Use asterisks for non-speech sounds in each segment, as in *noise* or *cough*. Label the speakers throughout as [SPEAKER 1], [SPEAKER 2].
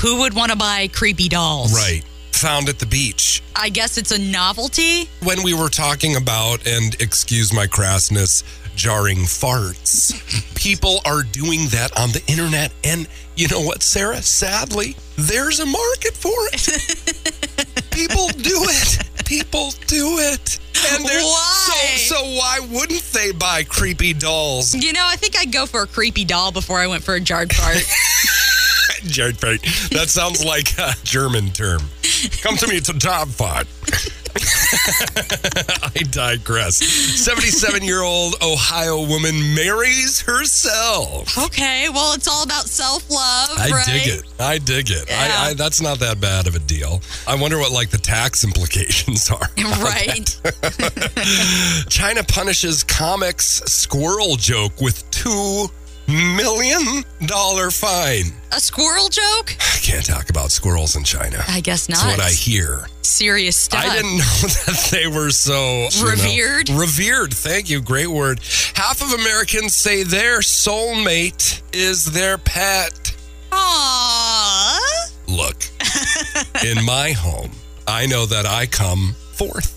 [SPEAKER 1] Who would want to buy creepy dolls?
[SPEAKER 2] Right. Found at the beach.
[SPEAKER 1] I guess it's a novelty.
[SPEAKER 2] When we were talking about, and excuse my crassness, jarring farts, people are doing that on the internet. And you know what, Sarah? Sadly, there's a market for it. people do it. People do it. And they're-
[SPEAKER 1] Why?
[SPEAKER 2] So, so why wouldn't they buy creepy dolls?
[SPEAKER 1] You know, I think I'd go for a creepy doll before I went for a jarred
[SPEAKER 2] *laughs*
[SPEAKER 1] fart.
[SPEAKER 2] Jared Fate. That sounds like a German term. Come to me, it's a job fight. *laughs* I digress. 77 year old Ohio woman marries herself.
[SPEAKER 1] okay, well, it's all about self love,
[SPEAKER 2] I
[SPEAKER 1] right?
[SPEAKER 2] dig it. I dig it.
[SPEAKER 1] Yeah.
[SPEAKER 2] I, I, that's not that bad of a deal. I wonder what like the tax implications are.
[SPEAKER 1] Right.
[SPEAKER 2] China punishes comics squirrel joke with two million dollar fine.
[SPEAKER 1] a squirrel joke?
[SPEAKER 2] I can't talk about squirrels in China.
[SPEAKER 1] I guess
[SPEAKER 2] That's
[SPEAKER 1] not.
[SPEAKER 2] what I hear.
[SPEAKER 1] Serious stuff.
[SPEAKER 2] I didn't *laughs* know that they were so you know-
[SPEAKER 1] Revered?
[SPEAKER 2] revered. Thank you. Great word. Half of Americans say their soulmate is their pet.
[SPEAKER 1] Aw.
[SPEAKER 2] Look, in my home, I know that I come fourth.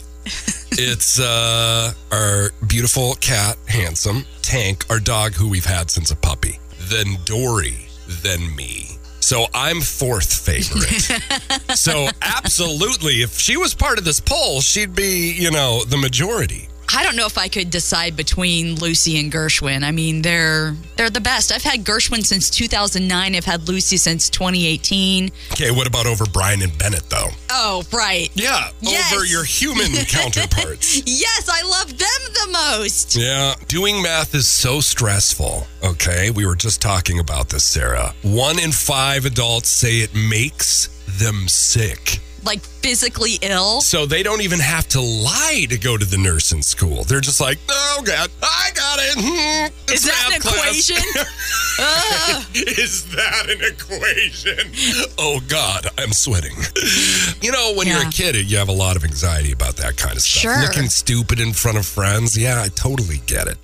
[SPEAKER 2] It's uh, our beautiful cat, handsome Tank, our dog who we've had since a puppy, then Dory, then me. So I'm fourth favorite. so absolutely, if she was part of this poll, she'd be, you know, the majority.
[SPEAKER 1] I don't know if I could decide between Lucy and Gershwin. I mean, they're they're the best. I've had Gershwin since 2009. I've had Lucy since 2018.
[SPEAKER 2] Okay, what about over Brian and Bennett though?
[SPEAKER 1] Oh, right.
[SPEAKER 2] Yeah,
[SPEAKER 1] Yes.
[SPEAKER 2] over your human counterparts.
[SPEAKER 1] Yes, I love them the most.
[SPEAKER 2] Yeah, doing math is so stressful. Okay, we were just talking about this, Sarah. One in five adults say it makes them sick.
[SPEAKER 1] Like physically ill.
[SPEAKER 2] So they don't even have to lie to go to the nurse in school. They're just like, oh, God, I got it. Hmm, it's
[SPEAKER 1] Is that
[SPEAKER 2] math
[SPEAKER 1] an
[SPEAKER 2] class."
[SPEAKER 1] equation? Ah. Ugh.
[SPEAKER 2] *laughs* Is that an equation? Oh, God, I'm sweating. You know, when you're
[SPEAKER 1] Yeah.
[SPEAKER 2] a kid, you have a lot of anxiety about that kind of stuff.
[SPEAKER 1] Sure.
[SPEAKER 2] Looking stupid in front of friends. Yeah, I totally get it.